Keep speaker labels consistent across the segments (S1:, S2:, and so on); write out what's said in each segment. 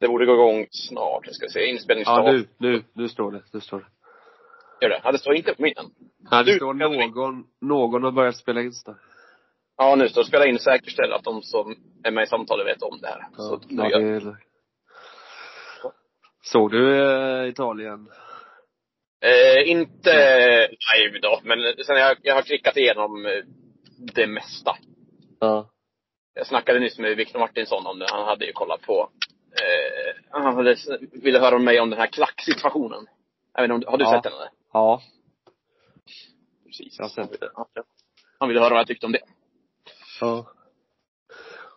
S1: Det borde gå igång snart. Jag ska se. Inspelningsstart.
S2: Ja, nu, nu, nu står det. Nu står det.
S1: Gör det. Ja, det står inte på min än.
S2: Ja, det
S1: Du,
S2: står
S1: Henrik.
S2: någon, någon har börjat spela in snart.
S1: Ja, nu står det spela in och säkerställa att de som är med i samtalet vet om det här. Så att nu
S2: ja,
S1: gör
S2: det är... Såg du eh, Italien?
S1: Eh, inte live då, men sen jag, jag har klickat igenom eh, det mesta.
S2: Ja.
S1: Jag snackade nyss med Victor Martinsson om det. Han hade ju kollat på, eh, han hade, ville höra med mig om den här klacksituationen. Jag vet inte om, du- har du
S2: Ja.
S1: sett den eller?
S2: Ja.
S1: Precis.
S2: Jag har sett det.
S1: Han ville höra vad jag tyckte om det.
S2: Ja.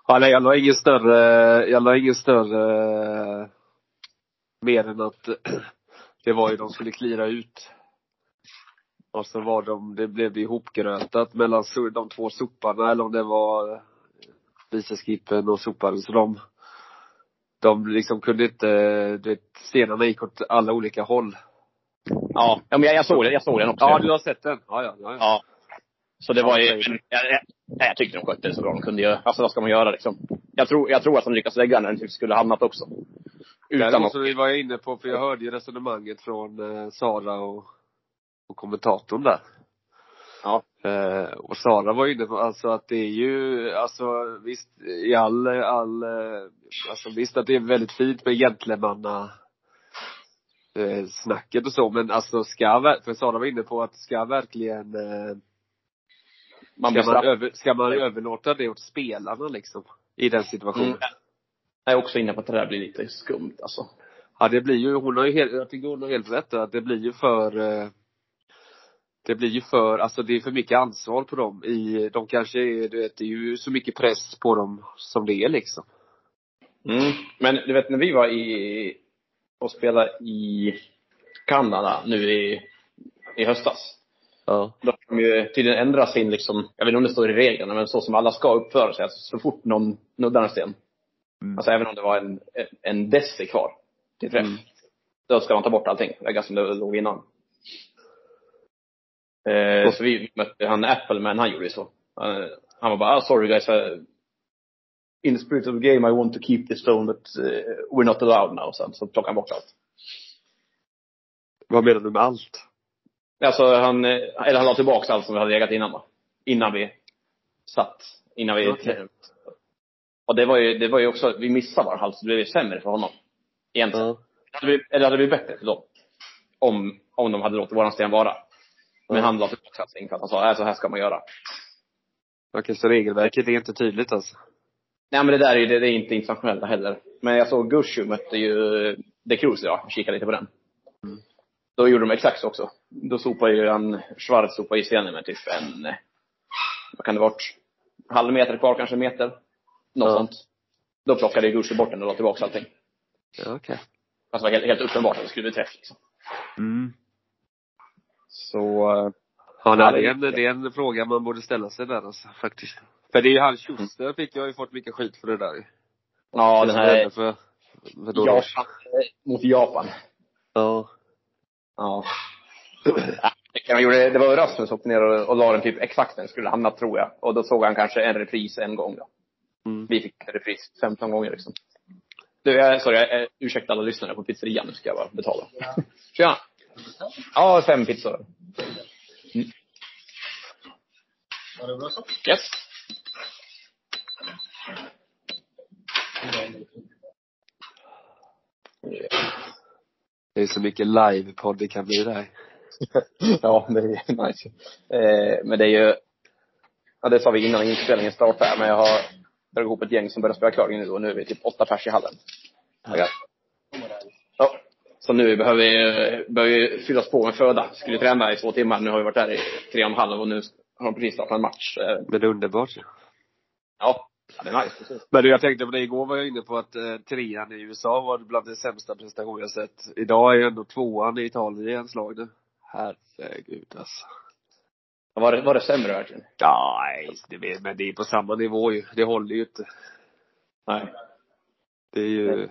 S2: ja nej, jag la ingen större, jag la ingen större eh, mer än att det var ju de skulle klira ut. Och så var de, det blev det ihopgrötat mellan so- de två soparna eller om det var viceskippen och soparen. Så de, de liksom kunde inte, du vet, stenarna gick åt alla olika håll.
S1: Ja, ja men jag, jag såg den, jag såg den också.
S2: Ja, du har sett den? Ja, ja, ja. ja.
S1: Ja. Så det var ju,
S2: Ja, säger
S1: jag, jag, nej, jag tyckte de skötte det så bra de kunde göra. Alltså vad ska man göra liksom? Jag tror, jag tror att de lyckas lägga den där den typ skulle hamnat också. Utan
S2: Däremot
S1: att,
S2: så var jag inne på, för jag hörde ju resonemanget från eh, Sara och, och kommentatorn där.
S1: ja.
S2: Eh, och Sara var ju inne på alltså att det är ju, alltså visst i all, all eh, alltså visst att det är väldigt fint med gentlemanna eh, snacket och så men alltså ska, ver- för Sara var inne på att ska verkligen, eh,
S1: Man blir
S2: ska, man
S1: straff.
S2: över, ska man överlåta det åt spelarna liksom? I den situationen.
S1: Mm. Jag är också inne på att det där blir lite skumt alltså.
S2: Ja det blir ju, hon har ju helt, jag tycker hon har helt rätt där, att det blir ju för eh, det blir ju för, alltså det är för mycket ansvar på dem i, de kanske är, du vet, det är ju så mycket press på dem som det är liksom.
S1: Mm. Men du vet när vi var i, och spelade i Kanada nu i, i höstas.
S2: Ja.
S1: Då har de ju tydligen ändrat sin, liksom, jag vet inte om det står i reglerna, men så som alla ska uppföra sig. Alltså, så fort någon nuddar en sten,
S2: Mm.
S1: alltså även om det var en, en deci kvar till träff,
S2: Mm.
S1: då ska man ta bort allting. Lägga som det låg innan. Eh, så vi mötte han Appleman, han gjorde ju så. Han, han var bara, ah, sorry guys, I, in the spirit of the game I want to keep this stone but eh, we're not allowed now. Sen så plockade han bort allt.
S2: Vad menar du med allt?
S1: Alltså han, eh, eller han la tillbaks allt som vi hade legat innan va? Innan vi satt. Innan vi...
S2: Okej.
S1: Och det var ju, det var ju också, vi missade bara halvt, så det blev ju sämre för honom. Egentligen.
S2: Ja.
S1: Hade vi, eller hade det blivit bättre för dem? Om, om de hade låtit våran sten vara. Men
S2: Ja.
S1: han la tillbaka allting för att han sa, äh, så här ska man göra.
S2: Okej, så regelverket är inte tydligt alltså?
S1: Nej men det där är ju, det, det är inte internationella heller. Men jag såg Gushu mötte ju eh, De Cruz idag, jag kikade lite på den. Mm. Då gjorde de exakt så också. Då sopade ju han, Schwarz sopade i scenen med typ en, eh, vad kan det varit, halv meter kvar, kanske en meter. Något
S2: Ja.
S1: sånt. Då plockade ju Gushu bort den och la tillbaka allting.
S2: Ja, okej.
S1: Fast det var helt, helt uppenbart att det skulle bli träff liksom.
S2: Mm.
S1: Så, eh,
S2: Ja,
S1: Ja,
S2: nej,
S1: det-
S2: det, är en, det är en fråga man borde ställa sig där alltså, faktiskt. För det är ju han Schuster fick jag har ju fått mycket skit för det där ju.
S1: ja
S2: Det
S1: den
S2: som
S1: här
S2: hände för, för några år sedan.
S1: Japan, eh, mot Japan.
S2: Ja.
S1: Ja. Han gjorde, det var Rasmus som hoppade ner och, och la den typ exakt där den skulle hamna tror jag. Och då såg han kanske en repris en gång då.
S2: Mm.
S1: Vi fick en repris 15 gånger liksom. Du, jag, sorry, jag, eh, ursäkta alla lyssnare på pizzerian, nu ska jag bara betala. Tjena! Ja, fem pizzor. Mm. Yes.
S2: Det är så mycket livepodd det kan bli där.
S1: ja, det är nice. Eh, men det är ju, ja det sa vi innan inspelningen startade här, men jag har dragit ihop ett gäng som börjar spela curling nu och nu är vi typ åtta pers i hallen. Ja. Ja. Så nu behöver vi, behöver vi fyllas på med föda. Skulle träna i två timmar, nu har vi varit där i tre och en halv och nu har de precis startat en match. Eh,
S2: Men det är underbart ju.
S1: Ja, ja det är nice. Precis.
S2: Men du, jag tänkte på det, igår var jag inne på att eh, trean i USA var bland det sämsta prestation jag sett. Idag är ju ändå tvåan i Italien slag nu. Herregud alltså.
S1: Var det, var det sämre verkligen?
S2: Nej, det är, men det är på samma nivå ju. Det håller ju inte.
S1: Nej.
S2: Det är ju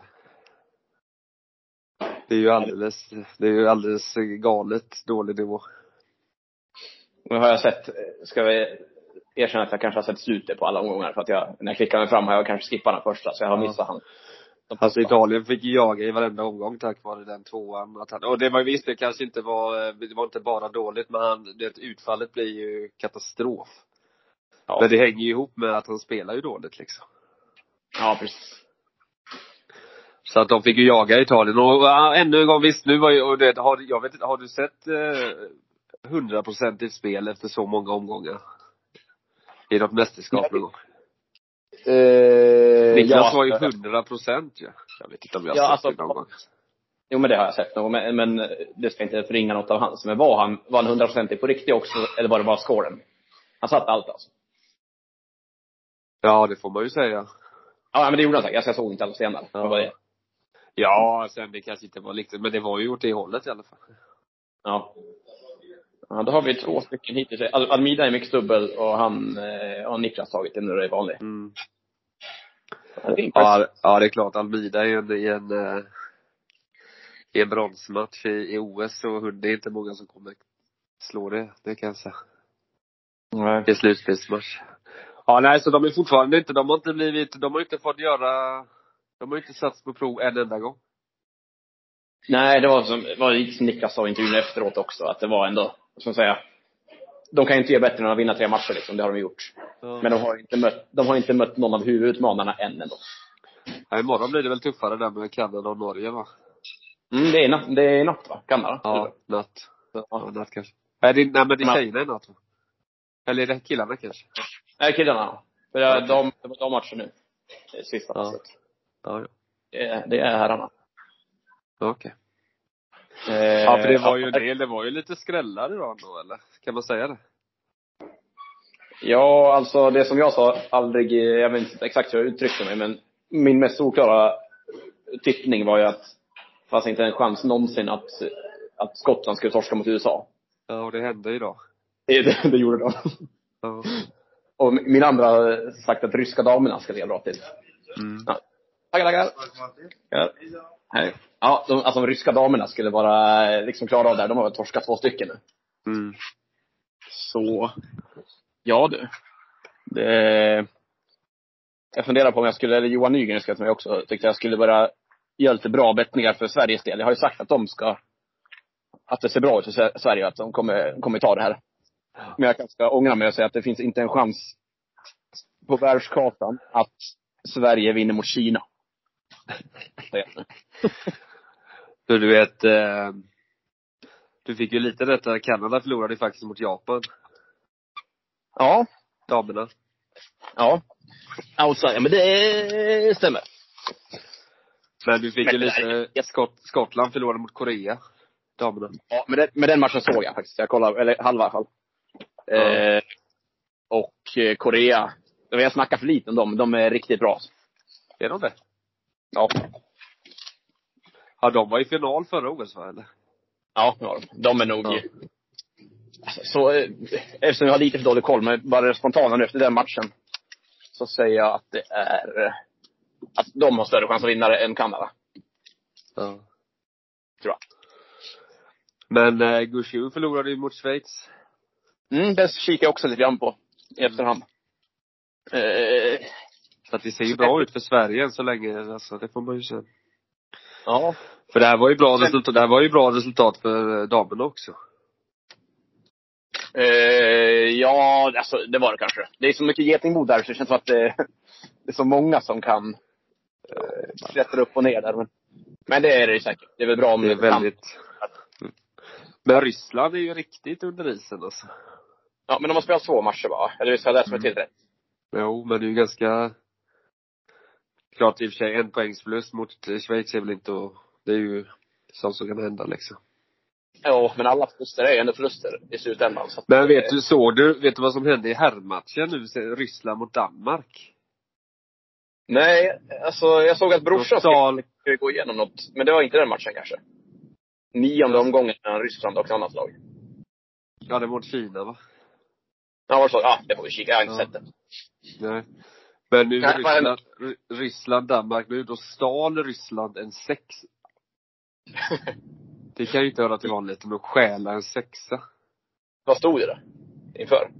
S2: det är ju alldeles, det är ju alldeles galet dålig nivå.
S1: Nu har jag sett, ska vi erkänna att jag kanske har sett slutet på alla omgångar för att jag, när jag klickar mig fram har jag kanske skippat den första så jag har
S2: Ja.
S1: missat han. De
S2: Alltså Italien fick ju jaga i varenda omgång tack vare den tvåan. Att han, och det var ju visst, det kanske inte var, eh, det var inte bara dåligt men han, det, utfallet blir ju katastrof.
S1: Ja.
S2: Men det hänger ju ihop med att han spelar ju dåligt liksom.
S1: ja, precis.
S2: Så att de fick ju jaga Italien och, ja, ännu en gång, visst nu var ju, och det, har, jag vet inte, har du sett eh, hundraprocentigt spel efter så många omgångar? I något mästerskap någon gång?
S1: Eh,
S2: Niklas var ju
S1: ja,
S2: 100 procent ju. Jag vet inte om jag
S1: Ja,
S2: har
S1: alltså-
S2: sett det någon gång.
S1: Jo men det har jag sett någon gång, men, men det ska inte förringa något av hans. Men var han, var han hundraprocentig på riktigt också, eller var det bara scoren? Han satte allt alltså.
S2: Ja, det får man ju säga.
S1: Ja, men det gjorde han säkert. Alltså, jag såg inte alla stenar.
S2: Ja.
S1: Det var det.
S2: Ja, sen det kanske inte var riktigt, men det var ju åt det hållet i alla fall.
S1: Ja. ja. Då har vi två stycken hittills. Al- Almida är mycket dubbel och han eh, har Niklas tagit, den är vanlig.
S2: Mm.
S1: Det är impressive.
S2: Ja, alltså- ja, det är klart. Almida är ju en, i en, eh, i en bronsmatch i, i OS, så det är inte många som kommer slå det, det kan jag säga.
S1: Nej.
S2: I slutspelsmatch. Ja, nej, så de är fortfarande inte, de har inte blivit, de har inte fått göra, de har inte satts på prov en enda gång.
S1: Nej, det var som, det var lite som Niklas sa i intervjun efteråt också, att det var ändå, som att säga, de kan ju inte göra bättre än att vinna tre matcher liksom, det har de gjort. Men de har inte mött, de har inte mött någon av huvudutmanarna än ändå.
S2: Ja, imorgon blir det väl tuffare där med Kanada och Norge va?
S1: Mm, det är natt, det är natt va? Kanada?
S2: Ja, natt. Ja,
S1: ja.
S2: natt kanske. Nej, det, nej men det är
S1: Men-
S2: tjejerna i natt va? Eller är det killarna kanske?
S1: Nej, killarna. För det är de, det var de matcher nu. Det är Sista.
S2: Ja.
S1: Så att
S2: Ja, ja.
S1: Det, är- det är herrarna.
S2: Ja, Okej.
S1: Eh,
S2: Ja, för det var ju en del, det var ju lite skrällar idag då eller? Kan man säga det?
S1: Ja, alltså det som jag sa, aldrig, eh, jag vet inte exakt hur jag uttryckte mig, men min mest oklara tippning var ju att det fanns inte en chans någonsin att, att Skottland skulle torska mot USA.
S2: Ja, och det hände idag.
S1: Det, det, det gjorde de.
S2: Ja.
S1: Och min- min andra har sagt att ryska damerna ska ligga bra till.
S2: Mm.
S1: Tackar, tackar. Ja. Hej. Ja, de, alltså de ryska damerna skulle vara eh, liksom klara av det här. De har väl torskat två stycken nu.
S2: Mm.
S1: Så, ja du. Det, jag funderar på om jag skulle, eller Johan Nygren skrev till mig också, tyckte jag skulle börja göra lite bra bettningar för Sveriges del. Jag har ju sagt att de ska, att det ser bra ut för Sve- Sverige och att de kommer, kommer ta det här. Men jag kanske ska ångra mig och säga att det finns inte en chans på världskartan att Sverige vinner mot Kina.
S2: Så du vet, eh, du fick ju lite detta, Kanada förlorade ju faktiskt mot Japan,
S1: Ja,
S2: damerna.
S1: ja. Outside, ja men det stämmer.
S2: Men du fick
S1: Men
S2: ju
S1: det där-
S2: lite, Skott, Skottland förlorade mot Korea, damerna.
S1: Ja, men den, men den matchen såg jag faktiskt. Jag kollade, eller halva i alla fall. Eh, och eh, Korea. Jag vet, Jag snackar för lite om dem. De är riktigt bra.
S2: Är de det?
S1: Ja,
S2: Ja, de var i final förra OS va, eller?
S1: ja det har de. De är nog...
S2: Ja.
S1: Alltså, Så, eh, eftersom jag har lite för dålig koll, men bara det spontana nu efter den matchen. Så säger jag att det är... eh, Att de har större chans att vinna det än Kanada.
S2: Ja.
S1: Tror jag.
S2: Men eh, Gucciu förlorade ju mot Schweiz.
S1: Mm, det kikar jag också lite grann på. I efterhand. Eh,
S2: Så att det ser ju bra ut för Sverige än så länge, alltså det får man ju se.
S1: ja.
S2: För det här var ju bra resultat, det här var ju bra resultat för eh, damerna också.
S1: Eh, ja, alltså, det var det kanske. Det är så mycket getingbo där så det känns som att det, det är så många som kan eh, klättra upp och ner där. Men, men det är det ju säkert. Det är väl bra om
S2: Det är
S1: kan-
S2: väldigt Men Ryssland är ju riktigt under isen alltså.
S1: Ja, men de har spelat två matcher va? Eller visst har jag läst mig
S2: Mm.
S1: till rätt?
S2: Jo, men det är ju ganska Klart i och för sig, en poängsförlust mot eh, Schweiz är väl inte att, det är ju sånt som kan hända liksom.
S1: Ja, men alla förluster är ju ändå förluster i slutändan. Så att,
S2: Men vet du, såg du, vet du vad som hände i herrmatchen nu? Se- Ryssland mot Danmark?
S1: Nej, alltså jag såg att brorsan
S2: Total-
S1: skulle gå igenom något. Men det var inte den matchen kanske. Nionde omgången mellan Ryssland och ett annat lag.
S2: Ja, det var mot Kina va?
S1: Ja, var det så? Ja, det får vi kika. Jag har inte
S2: Ja.
S1: sett det.
S2: Nej. Men nu
S1: Nej, vad
S2: Ryssland, Ry- Ryssland, Danmark nu, då stal Ryssland en sex. Det kan ju inte höra till vanligheten, men att stjäla en sexa.
S1: Vad stod det då? Inför?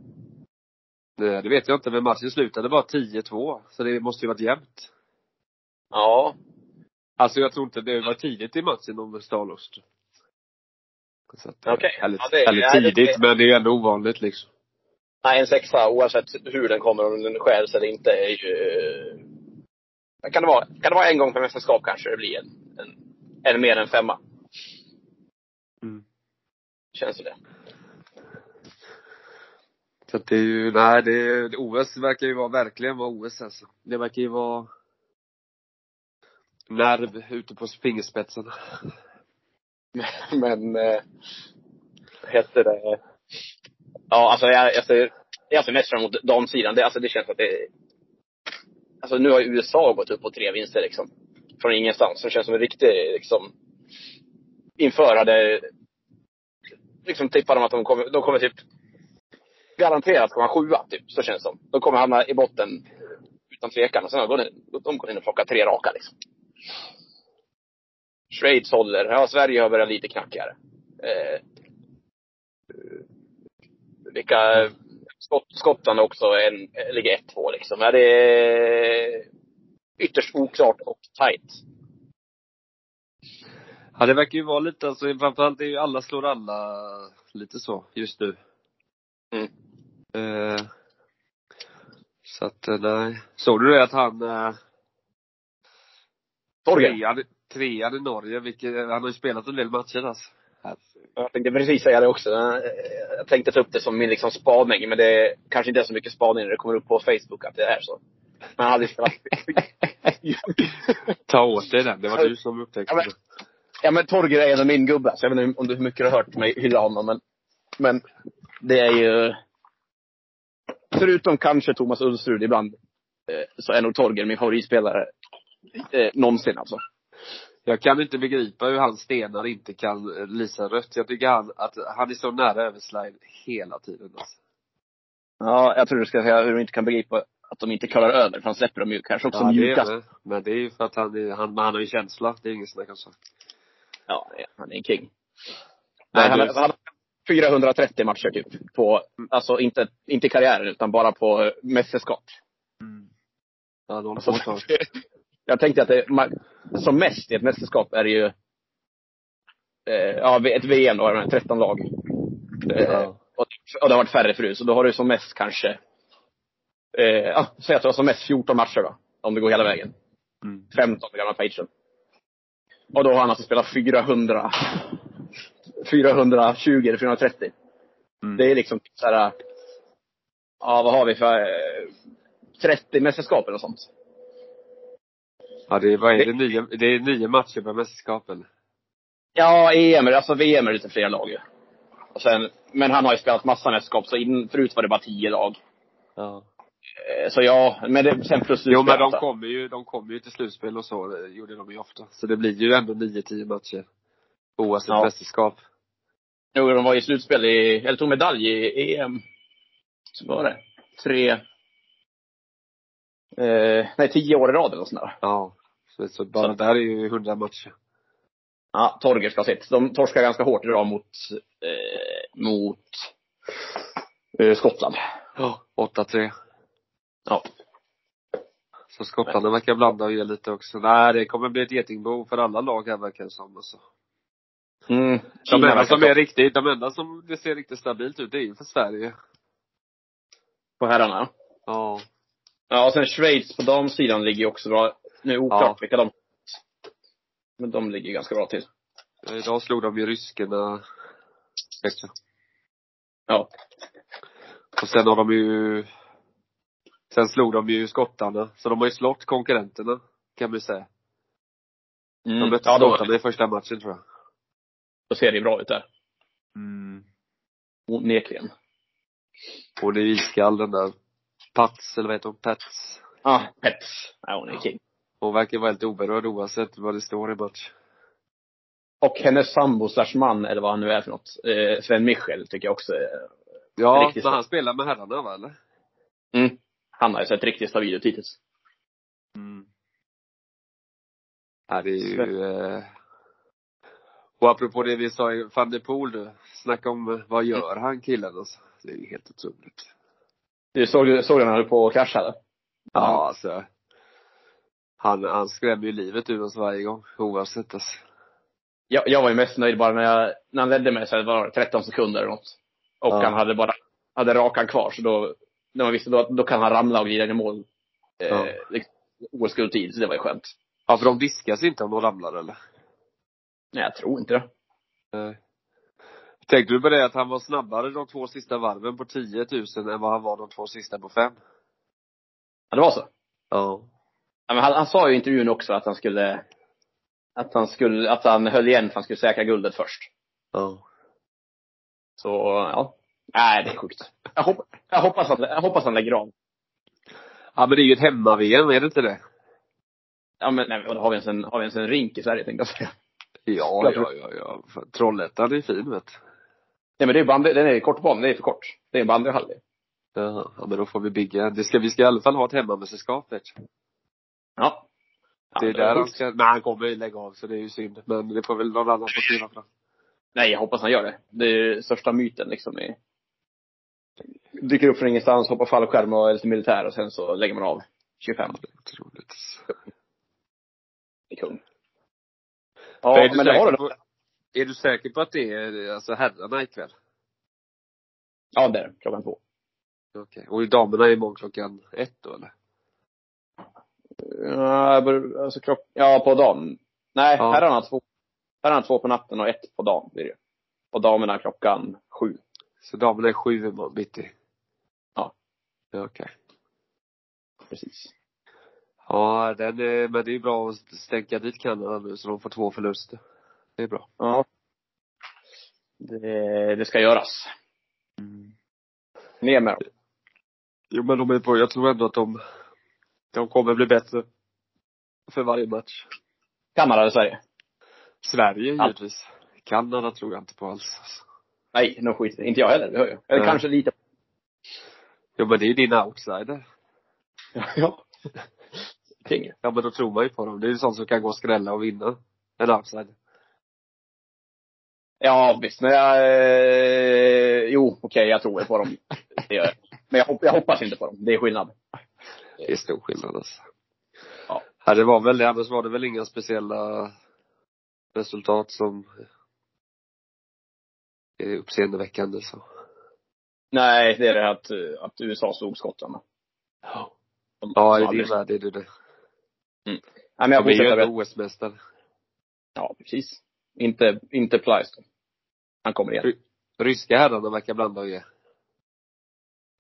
S2: Nej, Det vet jag inte, men matchen slutade bara 10-2. Så det måste ju varit jämnt.
S1: Ja.
S2: Alltså jag tror inte det var tidigt i matchen om Stalost. Så att, eh,
S1: Okej.
S2: Eller,
S1: Ja, det- ja,
S2: eller
S1: det-
S2: tidigt, men det är ju ändå ovanligt liksom.
S1: Nej, en sexa oavsett hur den kommer, om den skärs eller inte, är ju... eh, Kan det vara, kan det vara en gång per mästerskap kanske det blir en, en, en mer än femma?
S2: Mm.
S1: Känns det.
S2: Så att det är ju, nej det, det- OS verkar ju vara, verkligen vara OS alltså. Det verkar ju vara nerv ute på fingerspetsarna.
S1: Men, eh, vad heter det? Ja, alltså jag, jag ser, jag ser mest fram emot damsidan. Det, alltså, det känns att det Alltså nu har ju USA gått upp på tre vinster liksom. Från ingenstans. Det känns som en riktig liksom, inför hade liksom tippar de att de kommer, de kommer typ garanterat komma sjua, typ. Så känns det som. De kommer hamna i botten utan tvekan. Och sen har de gått in, de går in och plockar tre raka liksom. Schweiz håller. Ja, Sverige har börjat lite knackigare. Eh, vilka, Skott, Skottland också en, ligger 1-2 liksom. Ja, det är ytterst oklart och tajt.
S2: Ja det verkar ju vara lite alltså, framförallt är ju alla slår alla lite så just nu.
S1: Mm.
S2: Eh, så att eh, nej. Såg du det att han eh,
S1: Torgen.
S2: trean, trean i Norge, vilket, han har ju spelat en del matcher alltså. Herregud.
S1: Jag tänkte precis säga det också. Eh, Jag tänkte ta upp det som min liksom spaning, men det är kanske inte är så mycket spaning när det kommer upp på Facebook att det är så. Men han hade ju spelat...
S2: Ta åt dig den, det var du som upptäckte
S1: Ja,
S2: det.
S1: ja men Torger är en av min gubbe, så jag vet inte om du hur mycket du har hört mig hylla honom, men, men det är ju... Förutom kanske Thomas Ulsrud ibland, eh, så är nog Torger min favoritspelare eh, någonsin alltså.
S2: Jag kan inte begripa hur han stenar inte kan eh, lysa rött. Jag tycker han, att han är så nära överslide hela tiden alltså.
S1: Ja, jag tror du ska säga hur de inte kan begripa att de inte kollar över, för han släpper dem ju kanske också
S2: det är
S1: mjukast.
S2: det. Men det är ju för att han, är, han, men han har ju känsla, det är inget snack om saken.
S1: Ja, han är en king. Nej,
S2: Nej,
S1: han,
S2: du-
S1: har- han har 430 matcher typ. På, alltså inte, inte i karriären, utan bara på eh, mästerskap.
S2: Ja, de håller på
S1: Alltså,
S2: ett tag.
S1: jag tänkte att det, man, som mest i ett mästerskap är det ju eh, ja, ett VM då, med 13 lag. Eh,
S2: Ja.
S1: och, och det har varit färre förut, så då har du som mest kanske, eh, ja, säg att du har som mest 14 matcher då. Om det går hela vägen.
S2: Mm.
S1: 15 med gamla Patreon. Och då har han alltså spelat 400, 420 eller 430.
S2: Mm.
S1: Det är liksom så här, ja vad har vi för, eh, 30 mästerskap eller sånt.
S2: Ja, det är, vad är det, nio, det är nio matcher per mästerskap eller?
S1: Ja, EM, alltså VM är lite fler lag ju. Och sen, men han har ju spelat massa mästerskap, så in, förut var det bara 10 lag.
S2: Ja.
S1: Eh, Så ja, men det, sen plus
S2: Jo men
S1: slutspel,
S2: de
S1: alltså.
S2: kommer ju, de kommer ju till slutspel och så, det gjorde de ju ofta. Så det blir ju ändå nio, tio matcher. Oavsett
S1: Ja.
S2: mästerskap.
S1: Jo, de var i slutspel i, eller tog medalj i EM. Så var det. Tre... Eh, nej, tio år i rad eller sånt där.
S2: Ja. Så, så bara
S1: Så-
S2: där är ju hundra matcher.
S1: Ja, Torger ska ha sitt. De torskar ganska hårt idag mot, eh, mot eh, Skottland.
S2: Ja. Åtta, tre.
S1: Ja.
S2: Så skottarna verkar blanda och ge lite också. Nej, det kommer bli ett getingbo för alla lag här verkar det som. Alltså.
S1: Mm.
S2: De
S1: Kina
S2: enda
S1: verkar
S2: som
S1: stå
S2: är riktigt, de enda som det ser riktigt stabilt ut, det är ju för Sverige.
S1: på herrarna.
S2: Ja.
S1: Ja, och sen Schweiz på damsidan ligger ju också bra. Nu är det oklart
S2: Ja.
S1: vilka de Men de ligger ganska bra till.
S2: Idag slog de ju ryskarna. Ursäkta.
S1: Ja.
S2: Och sen har de ju Sen slog de ju skottarna, så de har ju slått konkurrenterna, kan man ju säga. De
S1: Mm.
S2: mötte
S1: Ja, då,
S2: skottarna i första matchen tror jag.
S1: då ser det ju bra ut där.
S2: Mm.
S1: Onekligen.
S2: Och det är iskall den där Pats, eller vad heter hon? Pats.
S1: Ah, Pets. Ja, hon är king.
S2: Hon verkar vara helt oberörd oavsett vad det står i match.
S1: Och hennes sambo slash man, eller vad han nu är för något, eh, Sven Michel, tycker jag också eh, är-
S2: Ja,
S1: Riktigt
S2: men
S1: så.
S2: han spelar med herrarna va, eller?
S1: mm. Han har ju sett riktigt stabil ut hittills.
S2: Mm. Ja, det är ju... Eh... Och apropå det vi sa i van der Poel nu. Snacka om eh, vad gör han killen alltså. Det är ju helt otroligt.
S1: Du såg, såg du när han höll på att krascha? eller?
S2: Ja,
S1: Ja.
S2: alltså. Han, han skrämmer ju livet ur oss varje gång, oavsett alltså.
S1: Jag, jag var ju mest nöjd bara när, jag, när han ledde mig så var det 13 sekunder eller något. Och
S2: Ja.
S1: han hade bara, hade rakan kvar så då, när man visste då, då kan han ramla och glida in i mål. Eh,
S2: Ja.
S1: liksom, oskuld tid, så det var ju skönt.
S2: Ja, för de diskas inte om de ramlar eller?
S1: Nej, jag tror inte det.
S2: Nej. Tänkte du på det att han var snabbare de två sista varven på 10 000 än vad han var de två sista på fem?
S1: Ja, det var så.
S2: Ja.
S1: Ja, men han, han sa ju i intervjun också att han skulle, att han skulle, att han höll igen för att han skulle säkra guldet först.
S2: Ja.
S1: Så, ja. Nej, det är sjukt. Jag, hopp, jag hoppas att, jag hoppas han lägger av.
S2: Ja men det är ju ett hemma-VM, är det inte det?
S1: Ja men nej, men har vi ens en, har vi ens en rink i Sverige tänkte jag säga.
S2: Ja, ja, ja, ja. Fan, Trollhättan är fin vet du.
S1: Nej men det är ju bandy, den är ju kortbanan, det är för kort. Det är en bandyhall det.
S2: Jaha. Ja men då får vi bygga. Det ska, vi ska i alla fall ha ett hemmamästerskap vet du.
S1: Ja. Ja,
S2: Det är
S1: men
S2: där han
S1: sjukt.
S2: ska, nej han kommer ju lägga av så det är ju synd. Men det får väl någon annan få skriva fram.
S1: Nej, jag hoppas han gör det. Det är ju största myten liksom i... Dyker upp från ingenstans, hoppar fallskärm och är lite militär och sen så lägger man av. 25.
S2: Ja, det är otroligt.
S1: Det är kung. Ja,
S2: är, du
S1: men det har
S2: säker
S1: du.
S2: på, är du säker på att det är alltså herrarna ikväll?
S1: Ja, det är det. Klockan två.
S2: Okej. Och damerna är imorgon klockan ett då eller?
S1: Ja, jag bör- alltså klock... Ja, på dagen. Nej,
S2: Ja.
S1: herrarna två. Herrarna två på natten och ett på dagen blir det ju. Och damerna klockan sju.
S2: Så damerna är sju imorgon bitti?
S1: Ja.
S2: Ja, Okej.
S1: Precis.
S2: Ja, den är, men det är ju bra att stänka dit Kanada nu så de får två förluster. Det är bra.
S1: Ja. Det, det ska göras.
S2: Mm.
S1: Ner med dem.
S2: Jo men de är på, jag tror ändå att de, de kommer bli bättre. För varje match.
S1: Kanada eller Sverige?
S2: Sverige
S1: Ja.
S2: givetvis. Kanada tror jag inte på alls. alltså.
S1: Nej, no skit. Inte jag heller, det hör jag. Eller
S2: Nej.
S1: kanske lite.
S2: Jo men det är ju din outsider.
S1: ja. King.
S2: Ja men då tror man ju på dem. Det är ju sånt som kan gå och skrälla och vinna. En outsider.
S1: Ja, visst. Men jag... Eh, jo, okej, jag tror på dem. Det gör jag. Men jag, hopp, jag hoppas inte på dem. Det är skillnad.
S2: Det är stor skillnad alltså.
S1: Ja.
S2: ja det var väl det. Annars var det väl inga speciella resultat som är uppseendeväckande så.
S1: Nej, det är det att, eh, att USA slog skottarna. De- de
S2: Ja, i din
S1: aldrig-
S2: värld är det det.
S1: Nej, men jag
S2: De är ju
S1: fortsätter väl.
S2: ändå OS-mästare.
S1: Ja, precis. Inte, inte Plyce. Han kommer igen.
S2: Ryska herrarna verkar blanda och ge.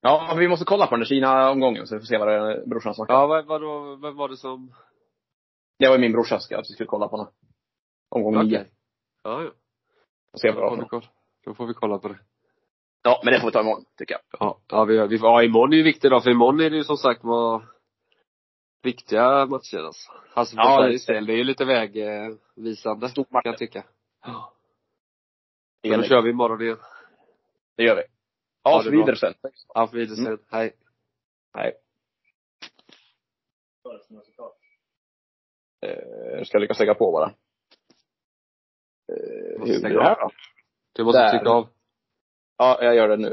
S1: Ja, men vi måste kolla på den där Kina-omgången så vi får se vad det, eh, brorsan snackar om.
S2: Ja, vad, vadå, vem var det som?
S1: Det var ju min brorsa ska att vi skulle kolla på den. Omgång nio.
S2: Okej. Ja, ja.
S1: Och se vad det
S2: Då
S1: var för
S2: får, vi
S1: något.
S2: kolla. då får vi kolla på det.
S1: Ja, men det får vi ta imorgon, tycker jag.
S2: Ja, ja, vi, vi, ja imorgon är ju viktig dag, för imorgon är det ju som sagt var viktiga matcher alltså. Alltså för
S1: Ja,
S2: Sveriges del, det är ju lite vägvisande kan
S1: Stor match.
S2: jag tycka. Ja. Men då
S1: Det,
S2: kör vi imorgon igen.
S1: det gör vi.
S2: Ha
S1: Ja,
S2: det
S1: så
S2: bra.
S1: vidare sen.
S2: Auf Wiedersehen,
S1: Mm.
S2: hej.
S1: Nej. Eh, ska jag lyckas lägga på bara. Eh,
S2: Måste
S1: hur
S2: stänga
S1: blir det här då?
S2: Du måste
S1: Där.
S2: trycka av.
S1: Ja, jag gör det nu.